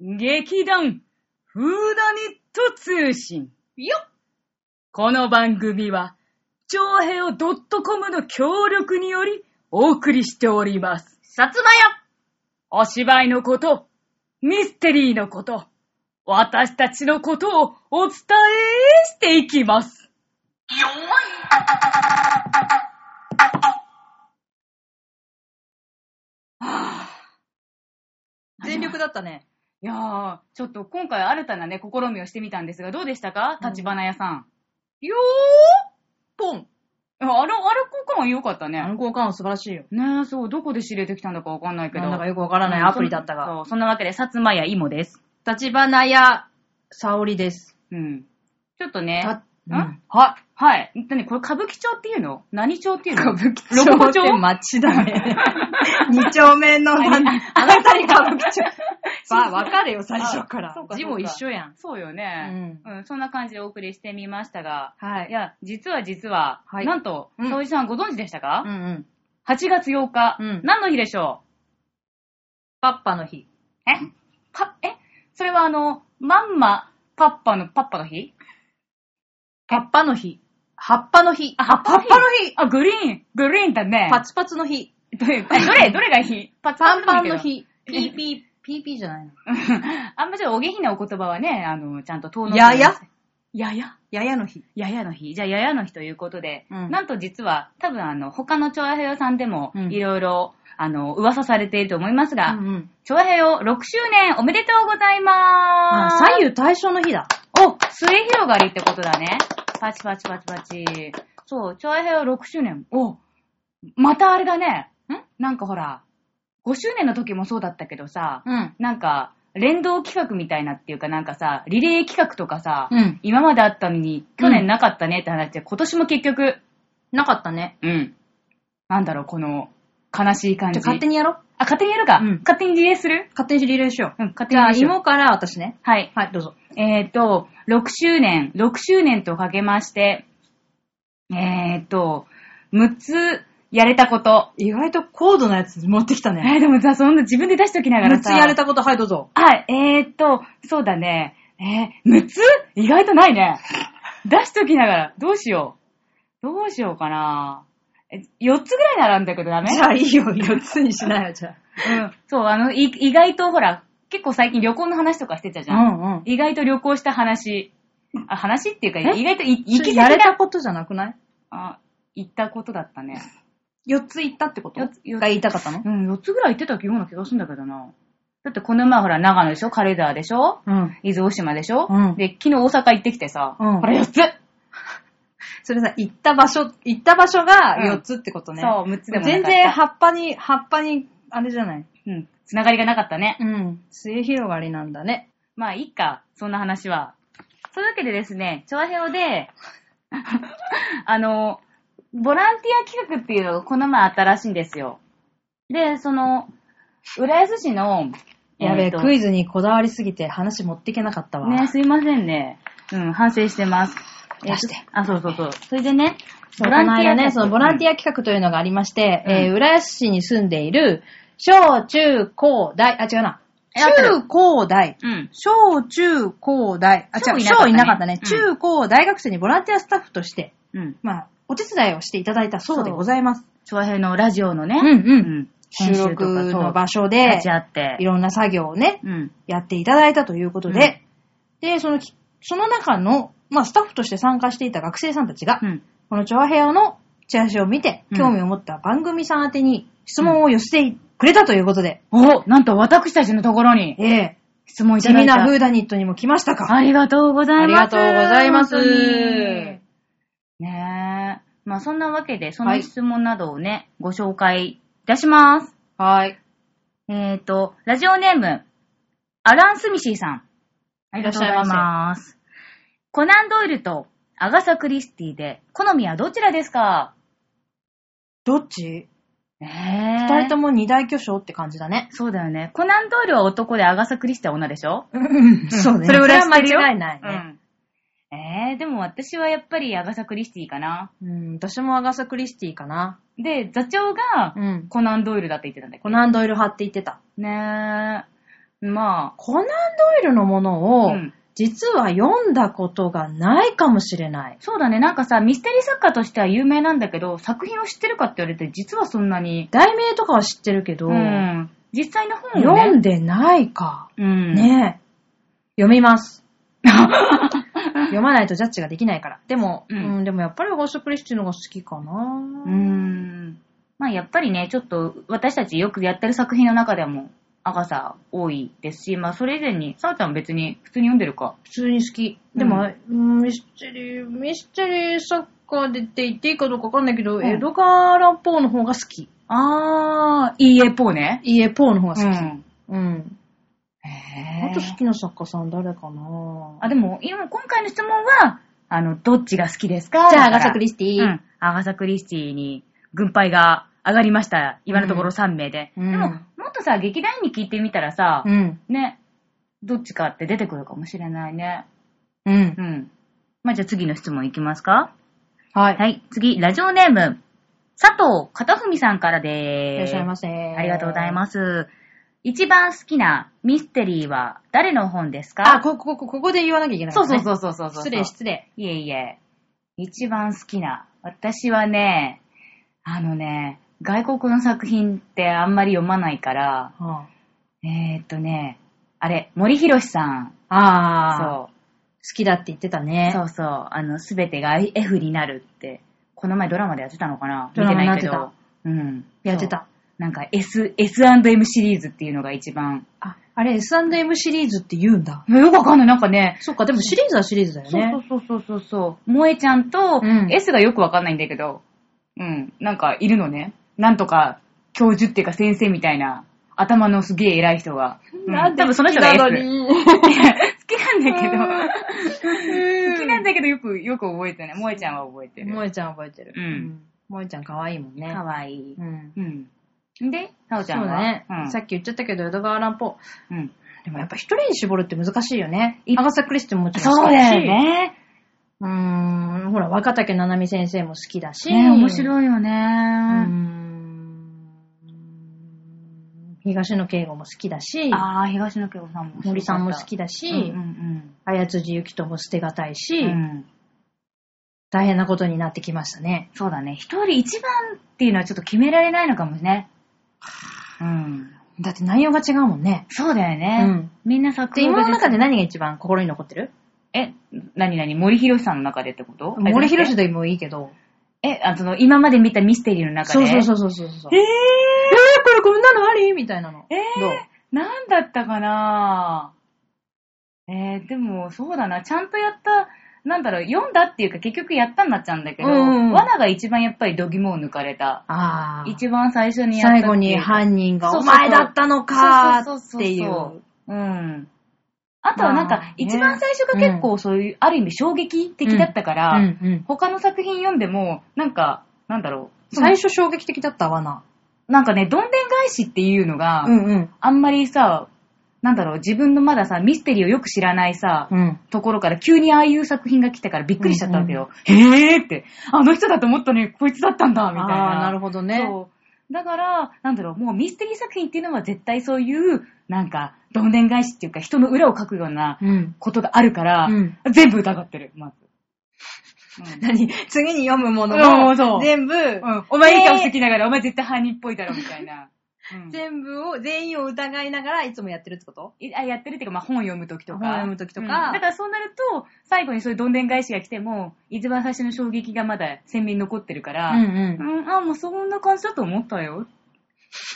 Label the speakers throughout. Speaker 1: 劇団、フーダニット通信。
Speaker 2: よっ
Speaker 1: この番組は、長平を .com の協力によりお送りしております。
Speaker 2: さつま
Speaker 1: お芝居のこと、ミステリーのこと、私たちのことをお伝えしていきます。
Speaker 2: よよーい全力だったね。
Speaker 1: いやー、ちょっと今回新たなね、試みをしてみたんですが、どうでしたか
Speaker 2: うん
Speaker 1: 立花屋さん。
Speaker 2: よーポン
Speaker 1: いやあれ、あれ、効果音良かったね。
Speaker 2: 暗号感は素晴らしいよ。
Speaker 1: ねえ、そう、どこで知れてきたんだかわかんないけど。
Speaker 2: なんだかよくわからないアプリだった
Speaker 1: うん
Speaker 2: が。
Speaker 1: そう、そんなわけで、薩摩屋いもです。
Speaker 2: 立花や沙織です。
Speaker 1: うん。ちょっとね。
Speaker 2: たうん
Speaker 1: んは、はい。何これ歌舞伎町っていうの何町っていうの
Speaker 2: 歌舞伎
Speaker 1: ロコ
Speaker 2: 町って 町
Speaker 1: 町
Speaker 2: だね。二丁目のな、あなたに歌 舞伎町。まあ、わかるよ、最初か
Speaker 1: あ
Speaker 2: ら
Speaker 1: そうか。
Speaker 2: 字も一緒やん。
Speaker 1: そうよね、
Speaker 2: う
Speaker 1: うん。そんな感じでお送りしてみましたが、
Speaker 2: はい
Speaker 1: いや、実は実は、
Speaker 2: はい
Speaker 1: なんと、
Speaker 2: うん
Speaker 1: 沙織さんご存知でしたか、
Speaker 2: うんうん。
Speaker 1: ?8 月8日、
Speaker 2: うん
Speaker 1: 何の日でしょ
Speaker 2: パッパの日。
Speaker 1: うえパ、えそれはあの、まんま、パッパのパッパの日
Speaker 2: パッパの日。葉っぱの日。
Speaker 1: あ葉っぱの日
Speaker 2: 日。
Speaker 1: あ、グリーン、グリーンだね。
Speaker 2: パツパツの日。
Speaker 1: どれ、どれ、どれがいいパ
Speaker 2: パンパンの。 日。
Speaker 1: え
Speaker 2: ピーピー、ピーピーじゃないの。
Speaker 1: あんまちょっとお下品なお言葉はね、あの、ちゃんと登録
Speaker 2: やや
Speaker 1: やや
Speaker 2: ややの日。
Speaker 1: ややの日。じゃあ、ややの日ということで、
Speaker 2: うん
Speaker 1: なんと実は、多分あの、他の長平さんでも
Speaker 2: う、ん
Speaker 1: いろいろ、あの、噂されていると思いますが、
Speaker 2: うんうん。
Speaker 1: 長平を6周年おめでとうございま
Speaker 2: あ、
Speaker 1: す。
Speaker 2: 左右対称の日だ。
Speaker 1: お、末広がりってことだね。パチパチパチパチ。そう、長平を6周年。お、またあれだね。んなんかほら、5周年の時もそうだったけどさ、
Speaker 2: うん。
Speaker 1: なんか、連動企画みたいなっていうかなんかさ、リレー企画とかさ、
Speaker 2: うん。
Speaker 1: 今まであったのに、去年なかったねって話で、今年も結局、
Speaker 2: なかったね。
Speaker 1: うん。なんだろう、この、悲しい感
Speaker 2: じ
Speaker 1: じ。
Speaker 2: ゃあ勝手にやろう。
Speaker 1: あ、勝手にやるか。
Speaker 2: うん
Speaker 1: 勝手にリレーする
Speaker 2: 勝手にリレーしよう。
Speaker 1: うん、勝手
Speaker 2: じ
Speaker 1: に
Speaker 2: ゃあ、
Speaker 1: リレーしよう
Speaker 2: 芋から私ね。
Speaker 1: はい。
Speaker 2: はい、どうぞ。
Speaker 1: えっ、ー、と、6周年、6周年とかけまして、えっ、ー、と、6つやれたこと。
Speaker 2: 意外と高度なやつ持ってきたね。
Speaker 1: えー、でもさ、そんな自分で出しときながら
Speaker 2: 6
Speaker 1: さ。
Speaker 2: つやれたこと、はい、どうぞ。
Speaker 1: はい、えー、っと、そうだね。えー、6つ意外とないね。出しときながら、どうしよう。どうしようかな。え4つぐらいならあるんだけどダメ
Speaker 2: じゃあいいよ、4つにしないよ、じゃあ。
Speaker 1: うん。そう、あの、い意外とほら、結構最近旅行の話とかしてたじゃん。
Speaker 2: ん うん。
Speaker 1: 意外と旅行した話。あ、話っていうか、
Speaker 2: え
Speaker 1: 意外とい
Speaker 2: 行
Speaker 1: 行き
Speaker 2: き
Speaker 1: 先
Speaker 2: やれた
Speaker 1: が、
Speaker 2: ことじゃなくない
Speaker 1: あ、行ったことだったね。
Speaker 2: ?4 つ行ったってこと
Speaker 1: 四
Speaker 2: が
Speaker 1: つ四つ
Speaker 2: 言いたかったの
Speaker 1: うん、4つぐらい行ってたような気がするんだけどな。だってこの前ほら、長野でしょ軽井沢でしょ
Speaker 2: うん。
Speaker 1: 伊豆大島でしょ、
Speaker 2: うん
Speaker 1: で、昨日大阪行ってきてさ、
Speaker 2: うん
Speaker 1: ほら4つ
Speaker 2: それさ、行った場所、行った場所が4つってことね。
Speaker 1: そう、6つでもなか
Speaker 2: 全
Speaker 1: った。
Speaker 2: 然葉っぱに、葉っぱに、あれじゃない。
Speaker 1: うん、つながりがなかったね。
Speaker 2: うん。末広がりなんだね。
Speaker 1: まあ、いいか、そんな話は。そういうわけでですね、調和表で、 あの、ボランティア企画っていうのがこの前あったらしいんですよ。で、その、浦安市の、
Speaker 2: やべえ、
Speaker 1: ーと
Speaker 2: クイズにこだわりすぎて話持っていけなかったわ。
Speaker 1: ね、すいませんね。うん、反省してます。
Speaker 2: 出して
Speaker 1: えーとあ、そうそうそう。それでね、
Speaker 2: そうこの間ね、そのボランテ
Speaker 1: ィ
Speaker 2: ィア企画というのがありまして、
Speaker 1: うん
Speaker 2: えー、浦安市に住んでいる、小、中、高、大、あ、違うな。
Speaker 1: え合ってる
Speaker 2: 中、高、大。
Speaker 1: ア。うん。
Speaker 2: 小、中、高、大。あ、違う、
Speaker 1: 小
Speaker 2: 小
Speaker 1: い
Speaker 2: い
Speaker 1: な
Speaker 2: な
Speaker 1: か
Speaker 2: か
Speaker 1: っ
Speaker 2: ったた
Speaker 1: ね
Speaker 2: ね。
Speaker 1: う
Speaker 2: 中、高、大学生にボランティアスタッフとして、
Speaker 1: うん。
Speaker 2: まあ、お手伝いをしていただいたそうでございます。
Speaker 1: 調和表のラジオのね、
Speaker 2: うんうん
Speaker 1: 編
Speaker 2: 収
Speaker 1: 集とか
Speaker 2: 録の場所
Speaker 1: そう
Speaker 2: で
Speaker 1: 立、ち会って
Speaker 2: い、ろんな作業をね、
Speaker 1: うん。
Speaker 2: やっていただいたということで、で、そのき、その中の、まあ、スタッフとして参加していた学生さんたちが、
Speaker 1: うん。
Speaker 2: このチョアヘアのチラシを見て、
Speaker 1: うん
Speaker 2: 興味を持った番組さん宛てに質問を寄せてくれたということで、
Speaker 1: おなんと私たちのところに
Speaker 2: ええ
Speaker 1: 質問い
Speaker 2: 地
Speaker 1: ただ
Speaker 2: 味
Speaker 1: いた。
Speaker 2: なフーダニットにも来ましたか。
Speaker 1: ありがとうございます。
Speaker 2: ありがとうございます
Speaker 1: 本当にねえ。まあそんなわけで、その質問などをね、ご紹介いたします。
Speaker 2: はい。
Speaker 1: えっ、ー、と、ラジオネーム、アラン・スミシーさん。ありがとうご
Speaker 2: い
Speaker 1: ざい
Speaker 2: らっしゃい
Speaker 1: ます。コナン・ドイルとアガサ・クリスティで、好みはどちらですか
Speaker 2: どっち
Speaker 1: ええ
Speaker 2: 二人とも二大巨匠って感じだね。
Speaker 1: そうだよね。コナン・ドイルは男でアガサ・クリスティは女でしょ
Speaker 2: うん、そうね。
Speaker 1: それぐらい
Speaker 2: は間
Speaker 1: 知ってるよ
Speaker 2: 違いないね。
Speaker 1: うん。えー、でも私はやっぱりアガサ・クリスティかな。
Speaker 2: うん、私もアガサ・クリスティかな。
Speaker 1: で、座長が
Speaker 2: うん。
Speaker 1: コナン・ドイルだって言ってたんだけ
Speaker 2: コナンドイル派って言ってた。
Speaker 1: ど。ねえ。ま
Speaker 2: コナンドイルのもの
Speaker 1: あ、
Speaker 2: を、
Speaker 1: うん。
Speaker 2: 実は読んだことがないかもしれない。
Speaker 1: そうだね、なんかさ、ミステリー作家としては有名なんだけど、作品を知ってるかって言われて、実はそんなに、
Speaker 2: 題名とかは知ってるけど、
Speaker 1: うん。実際の本を、ね、
Speaker 2: 読んでないか。
Speaker 1: うん。
Speaker 2: ねえ。読み ます。読まないとジャッジができないから。でも、う、
Speaker 1: うんん
Speaker 2: でもやっぱりゴーストクリスティの方が好きかな。
Speaker 1: うーん。まあやっぱりね、ちょっと私たちよくやってる作品の中でも赤さ多いですし、まあそれ以前に、さあちゃん別に普通に読んでるか。
Speaker 2: 普通に好き。でも、うんミステリー、ミステリー作家でって言っていいかどうかわかんないけど、
Speaker 1: ん
Speaker 2: エドガー・アラン・ポーの方が好き。
Speaker 1: あー、いいえぽうね。
Speaker 2: いいえ、ポーの方が
Speaker 1: う
Speaker 2: 好き。
Speaker 1: ん。
Speaker 2: うん。
Speaker 1: へ
Speaker 2: あと好きな作家さん誰かな
Speaker 1: あ、でも、今今回の質問は、あの、どっちが好きですか
Speaker 2: じゃあ、アガサ・クリ
Speaker 1: ス
Speaker 2: スティ。
Speaker 1: テうん。アガサクリスティに軍配が上がりました。今のところ3名で。
Speaker 2: うん
Speaker 1: でも、もっとさ、劇団員に聞いてみたらさ、
Speaker 2: うん。
Speaker 1: ね、どっちかって出てくるかもしれないね。
Speaker 2: うん
Speaker 1: う。ん。まあ、じゃあ次の質問いきますか。
Speaker 2: はい。
Speaker 1: はい、次、ラジオネーム、佐藤片文さんからで
Speaker 2: い
Speaker 1: ーす。
Speaker 2: らっしゃいま
Speaker 1: せ。
Speaker 2: せ。
Speaker 1: あ
Speaker 2: あ。
Speaker 1: りがとうございますす。一番好きなミステリーは誰の本ですか
Speaker 2: あ、ここ、ここ、ここで言わなきゃいけない、。
Speaker 1: そうそうそううそうそうそう。
Speaker 2: 失礼、失礼。
Speaker 1: いえいえ。一番好きな。私はね、あのね、外国の作品ってあんまり読まないから、
Speaker 2: あ
Speaker 1: えー、っとね、あれ、森博さん。
Speaker 2: あー。
Speaker 1: そう。
Speaker 2: 好きだって言ってたね。
Speaker 1: そうそう、あの、すべてが F になるって、この前ドラマでやってたのかな
Speaker 2: ドラマ
Speaker 1: 見てないけ
Speaker 2: やっ
Speaker 1: ど。うん。
Speaker 2: やってた。
Speaker 1: そう。なんか S、S&M シリーズっていうのが一番。
Speaker 2: あ、あれ S&M シリーズって言うんだ。
Speaker 1: よくわかんない、なんかね。
Speaker 2: そっか、でもシリーズはシリーズだよ
Speaker 1: そう
Speaker 2: ね。
Speaker 1: そうそうそうそう。萌えちゃんと
Speaker 2: うん
Speaker 1: S がよくわかんないんだけど、うん、なんかいるのね。なんとか教授っていうか先生みたいな、頭のすげえ偉い人が。う多分その人が S。
Speaker 2: 好
Speaker 1: い や好きなんだけど、好き
Speaker 2: き
Speaker 1: なん
Speaker 2: だ
Speaker 1: だけどよく、よく覚えてない。萌えちゃんは覚えて
Speaker 2: け
Speaker 1: る。
Speaker 2: ど。萌えちゃん覚えてる。
Speaker 1: うん
Speaker 2: 萌えちゃん可愛いもんね。
Speaker 1: かわいい。
Speaker 2: うん。
Speaker 1: うん。で、さおち
Speaker 2: そ
Speaker 1: ゃんは
Speaker 2: うだね
Speaker 1: う。ん。
Speaker 2: さっき言っちゃったけど、江戸川乱歩。
Speaker 1: うん。
Speaker 2: でもやっぱ一人に絞るって難しいよね
Speaker 1: い。
Speaker 2: アガサ・クリスティももちろん
Speaker 1: そう
Speaker 2: 好きだ
Speaker 1: だ
Speaker 2: し。
Speaker 1: よ。ね。
Speaker 2: うーん、ほら、若竹ななみ先生も好きだし。
Speaker 1: ね面白いよ
Speaker 2: うー
Speaker 1: ね。
Speaker 2: ん。東野圭吾も好きだし、
Speaker 1: ああ、東野圭吾さんも。
Speaker 2: 森さんも好きだし、
Speaker 1: うんうん
Speaker 2: 綾辻ゆきとも捨てがたいし、
Speaker 1: うん。うん。
Speaker 2: 大変なことになってきましたね。
Speaker 1: そうだね。一人一番っていうのはちょっと決められないのかもね。うん。
Speaker 2: だって内容が違うもんね。
Speaker 1: そうだよね。
Speaker 2: うん
Speaker 1: みんな作
Speaker 2: で、
Speaker 1: 品
Speaker 2: 今の中
Speaker 1: で。
Speaker 2: で何が一番心に残ってる
Speaker 1: え、なになに森博さんの中でってこと
Speaker 2: 森博士
Speaker 1: で。
Speaker 2: でもいいけど。
Speaker 1: え、あその、今まで見たミステリーの中
Speaker 2: そ
Speaker 1: で。
Speaker 2: うそう
Speaker 1: う。
Speaker 2: そうそうそうそう。
Speaker 1: え
Speaker 2: えー、
Speaker 1: ー、
Speaker 2: これこんなのありみたいなの。
Speaker 1: えー
Speaker 2: どう
Speaker 1: なんだったかなえー、でも、そうだな。ちゃんとやった、なんだろう、読んだっていうか結局やったになっちゃうんだけど、
Speaker 2: うんうん
Speaker 1: 罠が一番やっぱり度肝を抜かれた。
Speaker 2: ああ。
Speaker 1: 一番最初にやったってい
Speaker 2: 最
Speaker 1: う。
Speaker 2: 後に犯人が
Speaker 1: そ
Speaker 2: お
Speaker 1: うそうそう
Speaker 2: 前だったのか
Speaker 1: そう
Speaker 2: ーっ
Speaker 1: そうそうそう
Speaker 2: ていう。
Speaker 1: うん。あとはなん
Speaker 2: まあね
Speaker 1: か、一番最初が結構そういう、ある意味衝撃的だったから、
Speaker 2: うんうん
Speaker 1: 他の作品読んでも、なんか、なんだろう。
Speaker 2: 最初衝撃的だったわな。
Speaker 1: なんかね、どんでん返しっていうのが、
Speaker 2: んうん。
Speaker 1: あんまりさ、なんだろう、自分のまださ、ミステリーをよく知らないさ、
Speaker 2: うん。
Speaker 1: ところから急にああいう作品が来たからびっくりしちゃったわけよ。へーって、あの人だと思ったのにこいつだったんだ、みたいな。
Speaker 2: ああ、なるほどね。
Speaker 1: そう。だから、なんだろう、もうミステリー作品っていうのは絶対そういう、なんか、どんでん返しっていうか人の裏を書くような
Speaker 2: うん。
Speaker 1: ことがあるから、
Speaker 2: うん
Speaker 1: 全部疑ってる、ま ず。うん
Speaker 2: 何次に読むもの
Speaker 1: うんそ
Speaker 2: も
Speaker 1: う
Speaker 2: 全部、
Speaker 1: うんお前いい顔してきながら、お前絶対犯人っぽいだろ、みたいな。うん
Speaker 2: 全部を、全員を疑いながらいつもやってるってこと
Speaker 1: いあやってるっていうか、まあ、本読むときとか。
Speaker 2: 本読む時とか
Speaker 1: うんだからそうなると、最後にそういうどんでん返しが来ても、一番最初の衝撃がまだ鮮明に残ってるから、
Speaker 2: ん
Speaker 1: うんあ、もうそんな感じだと思ったよ。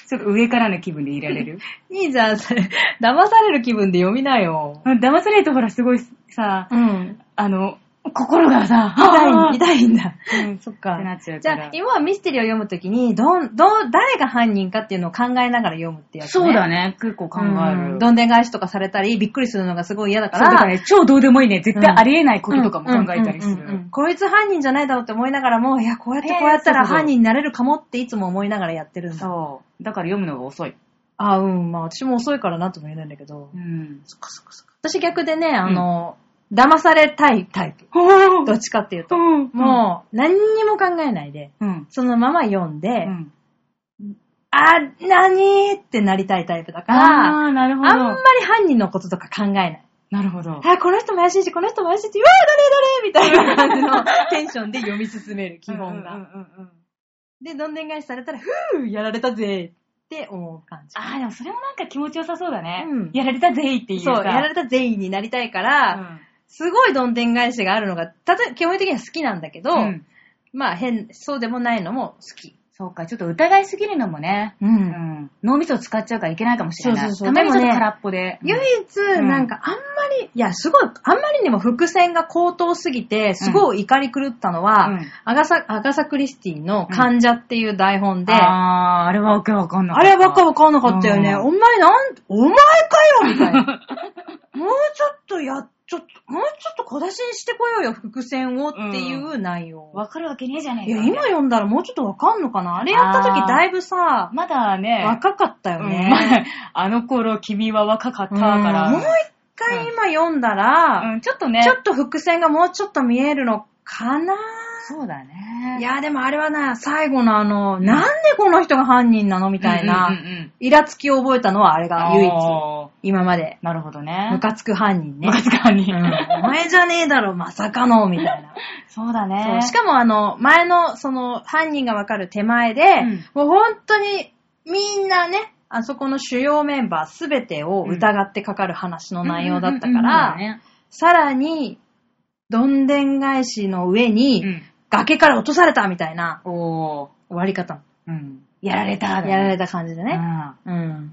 Speaker 1: ちょっと上からの気分でいられる。
Speaker 2: うん。いいじゃん、それ。騙される気分で読みなよ。
Speaker 1: うん騙されるとほらすごいさ、
Speaker 2: うん。
Speaker 1: あの、心がさ、
Speaker 2: 痛い、
Speaker 1: 痛い。
Speaker 2: 痛いんだ。
Speaker 1: うん
Speaker 2: そっか
Speaker 1: ってなっちゃう
Speaker 2: じ
Speaker 1: か
Speaker 2: ゃあ
Speaker 1: ら、
Speaker 2: 今はミステリーを読むときに、どん、どん、誰が犯人かっていうのを考えながら読むってやつ、ね。
Speaker 1: そうだ
Speaker 2: ね。
Speaker 1: ね、結構考
Speaker 2: 考
Speaker 1: え
Speaker 2: え
Speaker 1: る。
Speaker 2: る。どんでん返しとかされたり、びっくりするのがすごい嫌だか
Speaker 1: そうだから
Speaker 2: ら、
Speaker 1: ね、超どうでもいいね。絶対ありえないこととかも考えたりす
Speaker 2: うんうんうんうんう
Speaker 1: る
Speaker 2: ん。こいつ犯人じゃないだろうって思いながらも、いや、こうやってこうやった
Speaker 1: え
Speaker 2: ら
Speaker 1: ーそうそうそう
Speaker 2: 犯人になれるかもっていつも思いながらやってるんだ。
Speaker 1: そう。だから読むのが遅い。
Speaker 2: あ、うん。まあ私も遅いからなんとも言えないんだけど。
Speaker 1: うん。
Speaker 2: そっかそっかそっか。私逆でね、あの、騙されたいタイプ。どっちかっていうと。もう、何にも考えないで、
Speaker 1: うん。
Speaker 2: そのまま読んで、
Speaker 1: うん。
Speaker 2: あ、なにーってなりたいタイプだから、あ
Speaker 1: あー、なる
Speaker 2: ん
Speaker 1: ほど。
Speaker 2: まり犯人のこととか考えない。
Speaker 1: なるほど。
Speaker 2: あ、この人も怪しいし、この人も怪しいし、うわー、どれどれみたいな感じのテンションで読み進める、基本
Speaker 1: うんう
Speaker 2: が。で、どんでん返しされたら、ふー、やられたぜーって思う感じ。
Speaker 1: ああ、でもそれもなんか気持ちよさそうだね。
Speaker 2: うん
Speaker 1: やられたぜいっていうさ。
Speaker 2: そう、やられた全員になりたいから、
Speaker 1: うん
Speaker 2: すごいどんでん返しがあるのが、たとえ、基本的には好きなんだけど、
Speaker 1: うん
Speaker 2: まあ変、そうでもないのも好き。
Speaker 1: そうか、ちょっと疑いすぎるのもね。
Speaker 2: う。
Speaker 1: うんん。脳みそ使っちゃうからいけないかもしれない。
Speaker 2: そうそうそう
Speaker 1: たまにちょ
Speaker 2: で
Speaker 1: っと
Speaker 2: もね
Speaker 1: 空っぽで。
Speaker 2: 唯一、
Speaker 1: うん
Speaker 2: なんかあんまり、いや、すごい、あんまりにも伏線が高騰すぎて、すごい怒り狂ったのは、
Speaker 1: うん
Speaker 2: アガサ、アガサクリスティの患者っていう台本で、
Speaker 1: あー、あれはわけわかんない。
Speaker 2: あればっかわかんなかったよね。
Speaker 1: うん
Speaker 2: お前なん、お前かよみたいな。もうちょっとや、ちょっと、もうちょっと小出しにしてこようよ、伏線をっていう内容。
Speaker 1: わかるわけねえじゃねえ
Speaker 2: い
Speaker 1: か
Speaker 2: や、今読んだらもうちょっとわかんのかなあれやった
Speaker 1: あ
Speaker 2: 時
Speaker 1: ー
Speaker 2: だいぶさ、
Speaker 1: まだね。
Speaker 2: 若かったよ
Speaker 1: うんま
Speaker 2: ね。
Speaker 1: ああの頃君は若かった
Speaker 2: うん
Speaker 1: から。
Speaker 2: もう一回今読んだら、
Speaker 1: うん、ちょっとね。
Speaker 2: ちょっと伏線がもうちょっと見えるのかな
Speaker 1: そうだね。
Speaker 2: いや、でもあれはね、最後のあの、なんでこの人が犯人なのみたい
Speaker 1: うんうん
Speaker 2: な、
Speaker 1: うんうん
Speaker 2: イラつきを覚えたのはあれが唯一。
Speaker 1: あー
Speaker 2: 今まで。
Speaker 1: なるほどね。
Speaker 2: ムカつく犯人ね
Speaker 1: ム。カつく犯人。
Speaker 2: お前じゃねえだろ、まさかの、みたいな。
Speaker 1: そうだ
Speaker 2: そ
Speaker 1: ね。
Speaker 2: うしかもあの、前の、その、犯人がわかる手前で、
Speaker 1: ん
Speaker 2: もう本当に、みんなね、あそこの主要メンバーすべてを疑ってかかる話の内容だったか
Speaker 1: うん
Speaker 2: ら、さらに、どんでん返しの上に、崖から落とされたみたいな
Speaker 1: うん、おー
Speaker 2: 終わり方。
Speaker 1: うん。やられただね。
Speaker 2: やられた感じでね。うん。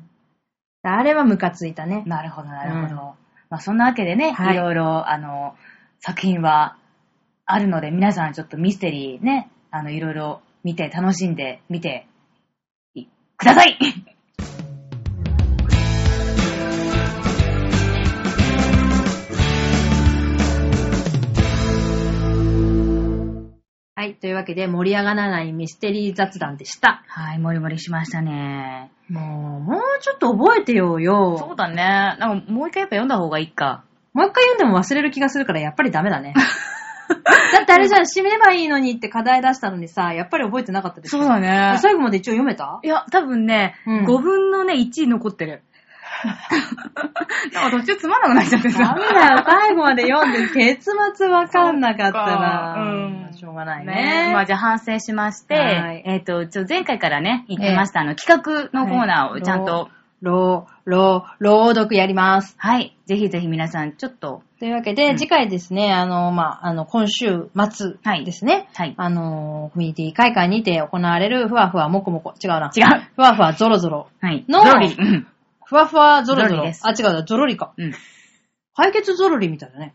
Speaker 2: あれはムカついたね
Speaker 1: うん。なるほど、なるほど。
Speaker 2: うん
Speaker 1: まあ、そんなわけでね、
Speaker 2: はい
Speaker 1: い、ろいろ、あの、作品はあるので、皆さんちょっとミステリーね、あの、いろいろ見て、楽しんで、見ていください
Speaker 2: はい。というわけで、盛り上がらないミステリー雑談でした。
Speaker 1: はい、もりもりしましたね。
Speaker 2: もう、もうちょっと覚えてようよ。
Speaker 1: そうだね。なんか、もう一回やっぱ読んだ方がいいか。
Speaker 2: もう一回読んでも忘れる気がするから、やっぱりダメだ ね。だってあれじゃん、締めればいいのにって課題出したのにさ、やっぱり覚えてなかったでしょ。
Speaker 1: だね
Speaker 2: 最後まで一応読めた
Speaker 1: いや、多分ね、
Speaker 2: うん
Speaker 1: 5分のね、1残っ てる。なんか途中つまんなくなっちゃって
Speaker 2: ダ
Speaker 1: さ
Speaker 2: メ。だよ、最後まで読んで、結末わかんなかった
Speaker 1: そっ
Speaker 2: ら
Speaker 1: か、うん
Speaker 2: しょうがない
Speaker 1: ね
Speaker 2: ね。
Speaker 1: まあじゃあ反省しまして、
Speaker 2: はい
Speaker 1: えっ、と、ちょ、前回からね、言ってました、あの、企画のコーナーをちゃんと、
Speaker 2: ろう、ろう、朗読やります。
Speaker 1: はい、ぜひぜひ皆さん、ちょっと、
Speaker 2: というわけで、
Speaker 1: うん
Speaker 2: 次回ですね、あの、まあ、あの、今週末ですね、
Speaker 1: はい、
Speaker 2: あの、コミュニティ会館にて行われる、ふわふわもこもこ、違うな。
Speaker 1: 違う。
Speaker 2: ふわふわゾロゾロ。
Speaker 1: はい。
Speaker 2: の
Speaker 1: ゾロリ。うん。
Speaker 2: ふわふわゾロゾロ。
Speaker 1: ゾロリです
Speaker 2: あ、違うだ、ゾロリか。
Speaker 1: うん。
Speaker 2: 解決ゾロリみたいだ ね。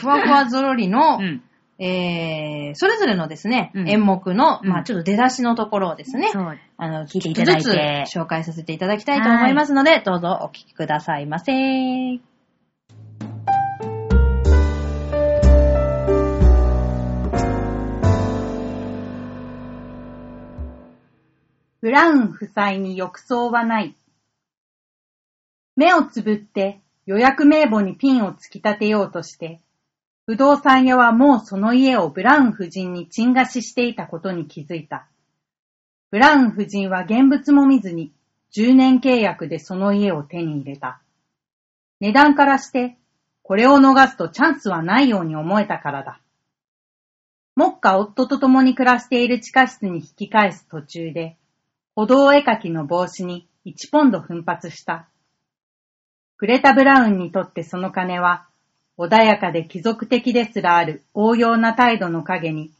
Speaker 2: ふわふわゾロリの、
Speaker 1: うん。
Speaker 2: えー、それぞれのですね、
Speaker 1: うん
Speaker 2: 演目の、
Speaker 1: うん
Speaker 2: まあちょっと出だしのところをですね、
Speaker 1: そう。
Speaker 2: あの、
Speaker 1: 聞いて
Speaker 2: 一
Speaker 1: い
Speaker 2: つ
Speaker 1: た
Speaker 2: ず
Speaker 1: だいて
Speaker 2: つ紹介させていただきたいと思いますので、どうぞお聞きくださいませ。
Speaker 3: ブラウン夫妻に浴槽はない。目をつぶって予約名簿にピンを突き立てようとして、不動産屋はもうその家をブラウン夫人に賃貸ししていたことに気づいた。ブラウン夫人は現物も見ずに10年契約でその家を手に入れた。値段からして、これを逃すとチャンスはないように思えたからだ。目下夫と共に暮らしている地下室に引き返す途中で、歩道絵描きの帽子に1ポンド奮発した。グレタ・ブラウンにとってその金は、穏やかで貴族的ですらある応用な態度の陰に、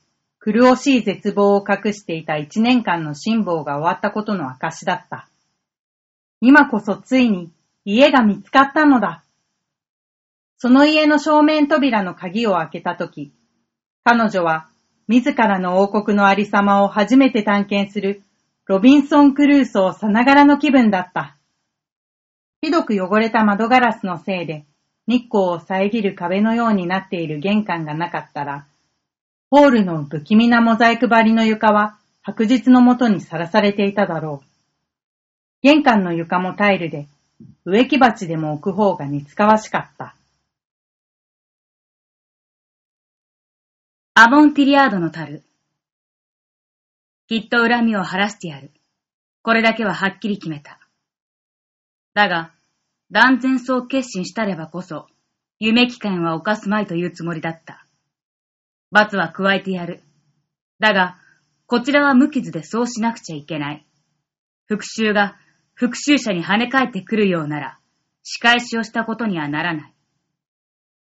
Speaker 3: 苦しい絶望を隠していた一年間の辛抱が終わったことの証だった。今こそついに家が見つかったのだ。その家の正面扉の鍵を開けたとき、彼女は自らの王国のありさまを初めて探検するロビンソン・クルーソーさながらの気分だった。ひどく汚れた窓ガラスのせいで日光を遮る壁のようになっている玄関がなかったら、ホールの不気味なモザイク張りの床は白日のもとにさらされていただろう。玄関の床もタイルで、植木鉢でも置く方が似つかわしかった。
Speaker 1: アボンティリアードの樽。きっと恨みを晴らしてやる。これだけははっきり決めた。だが、断然そう決心したればこそ、夢期間は犯すまいというつもりだった。罰は加えてやる。だが、こちらは無傷でそうしなくちゃいけない。復讐が復讐者に跳ね返ってくるようなら、仕返しをしたことにはならない。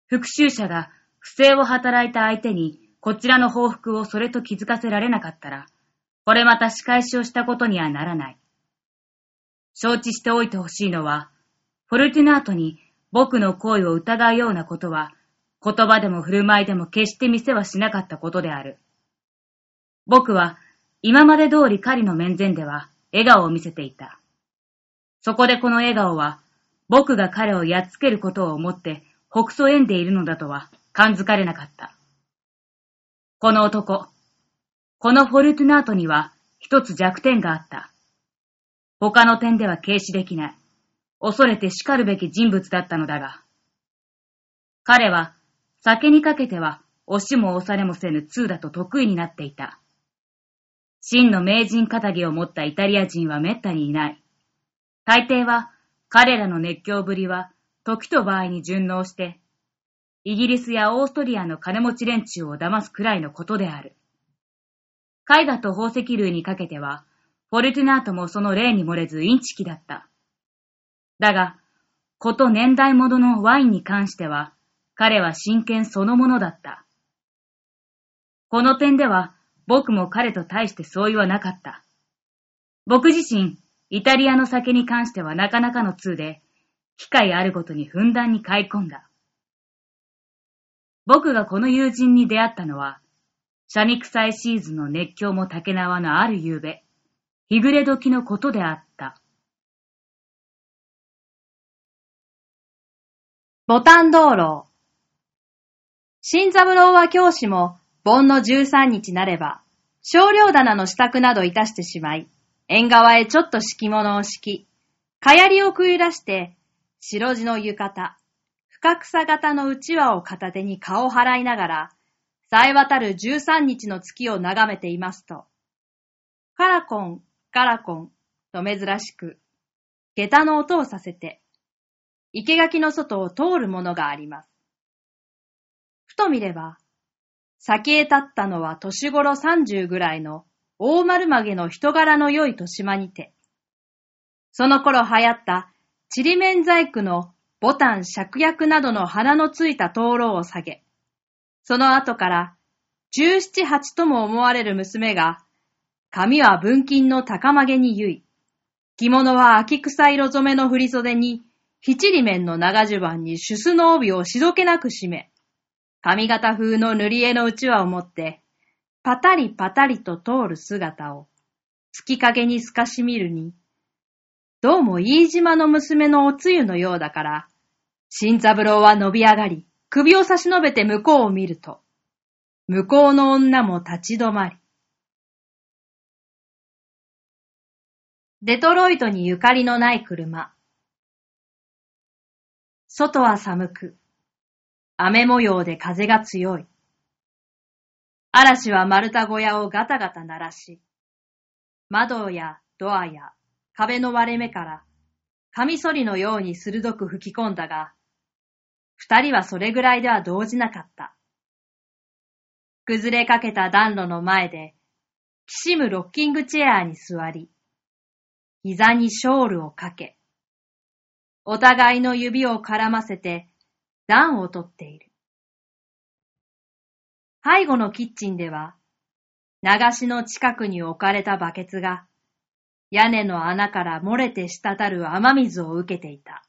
Speaker 1: 復讐者が不正を働いた相手に、こちらの報復をそれと気づかせられなかったら、これまた仕返しをしたことにはならない。承知しておいてほしいのは、フォルティナートに僕の行為を疑うようなことは、言葉でも振る舞いでも決して見せはしなかったことである。僕は、今まで通り狩りの面前では、笑顔を見せていた。そこでこの笑顔は、僕が彼をやっつけることを思って、ほくそ笑んでいるのだとは、感づかれなかった。この男、このフォルトゥナートには、一つ弱点があった。他の点では軽視できない。恐れて叱るべき人物だったのだが。彼は、酒にかけては、押しも押されもせぬ通だと得意になっていた。真の名人仇を持ったイタリア人は滅多にいない。大抵は、彼らの熱狂ぶりは、時と場合に順応して、イギリスやオーストリアの金持ち連中を騙すくらいのことである。絵画と宝石類にかけては、フォルティナートもその例に漏れずインチキだった。だが、こと年代物ののワインに関しては、彼は真剣そのものだった。この点では、僕も彼と対して相違はなかった。僕自身、イタリアの酒に関してはなかなかの通で、機会あるごとにふんだんに買い込んだ。僕がこの友人に出会ったのは、シャニクサイシーズンの熱狂も竹縄のある夕べ、日暮れ時のことであった。
Speaker 2: ボタン道路。新三郎は教師も、盆の13日なれば、少量棚の支度などいたしてしまい、縁側へちょっと敷物を敷き、かやりをくゆらして、白地の浴衣、深草型のうちわを片手に顔を払いながら、冴え渡る13日の月を眺めていますと、カラコン、カラコン、と珍しく、下駄の音をさせて、生垣の外を通るものがあります。ふと見れば、先へ立ったのは年頃30ぐらいの大丸曲げの人柄の良い豊島にて、その頃流行ったちりめん細工のボタン芍薬などの花のついた灯籠を下げ、その後から17、8とも思われる娘が、髪は文金の高曲げに結い、着物は秋草色染めの振袖に、七里面の長襦袢に主須の帯をしどけなく締め、髪型風の塗り絵のうちわを持って、パタリパタリと通る姿を、月影に透かし見るに、どうも飯島の娘のおつゆのようだから、新三郎は伸び上がり、首を差し伸べて向こうを見ると、向こうの女も立ち止まり、デトロイトにゆかりのない車。外は寒く、雨模様で風が強い。嵐は丸太小屋をガタガタ鳴らし、窓やドアや壁の割れ目から、カミソリのように鋭く吹き込んだが、二人はそれぐらいでは動じなかった。崩れかけた暖炉の前で、きしむロッキングチェアに座り、膝にショールをかけ、お互いの指を絡ませて暖をとっている。背後のキッチンでは、流しの近くに置かれたバケツが、屋根の穴から漏れて滴る雨水を受けていた。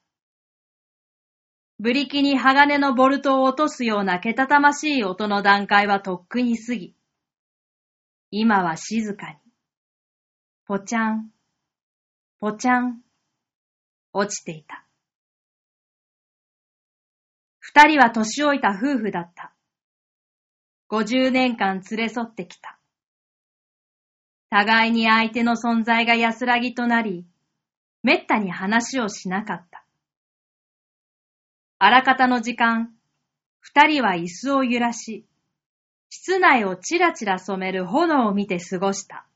Speaker 2: ブリキに鋼のボルトを落とすようなけたたましい音の段階はとっくに過ぎ、今は静かに、ぽちゃん、ぽちゃん、落ちていた。二人は年老いた夫婦だった。五十年間連れ添ってきた。互いに相手の存在が安らぎとなり、めったに話をしなかった。あらかたの時間、二人は椅子を揺らし、室内をちらちら染める炎を見て過ごした。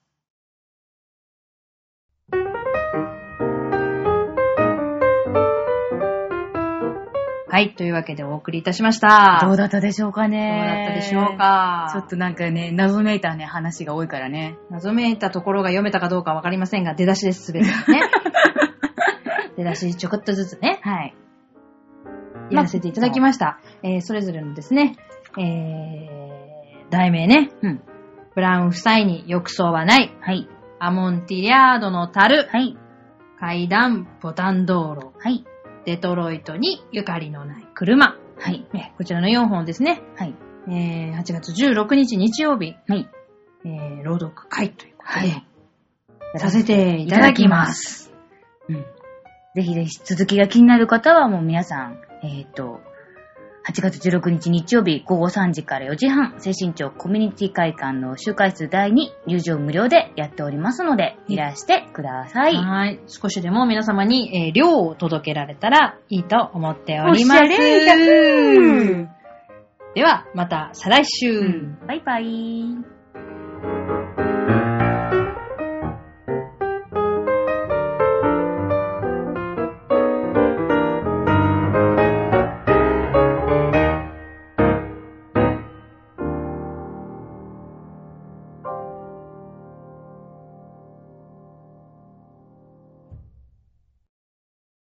Speaker 2: はい、というわけでお送りいたしました。
Speaker 1: どう
Speaker 2: だ
Speaker 1: だったでしょうか
Speaker 2: どうだ
Speaker 1: ね
Speaker 2: ったでしょう。か
Speaker 1: ちょっとなんかね、謎めいたね、話が多いからね。
Speaker 2: 謎めいたところが読めたかどうかわかりませんが、出だしです、すべてです ね。出だし、ちょこっとずつね、
Speaker 1: はい。
Speaker 2: やらせていただきました。えー、それぞれのですね、えー、題名ね、
Speaker 1: うん。
Speaker 2: ブラウン夫妻に浴槽はない、
Speaker 1: はい。
Speaker 2: アモンティリアードの樽、
Speaker 1: はい。
Speaker 2: 階段、ボタン道路、
Speaker 1: はい。
Speaker 2: デトロイトにゆかりのない車、
Speaker 1: はい。
Speaker 2: えーこちらの4本ですね、
Speaker 1: はい。
Speaker 2: えー、8月16日日曜日、
Speaker 1: はい。
Speaker 2: えー、朗読会ということ
Speaker 1: は
Speaker 2: で、
Speaker 1: い。
Speaker 2: させていただきます。
Speaker 1: うん。ぜひぜひ続きが気になる方はもう皆さん、えっ、と、8月16日日曜日午後3時から4時半、精神庁コミュニティ会館の集会室第2、入場無料でやっておりますので、いらしてください。
Speaker 2: はい。少しでも皆様に、えー、量を届けられたらいいと思っております。
Speaker 1: おしゃれだ
Speaker 2: では、また再来週。
Speaker 1: うんバイバイ。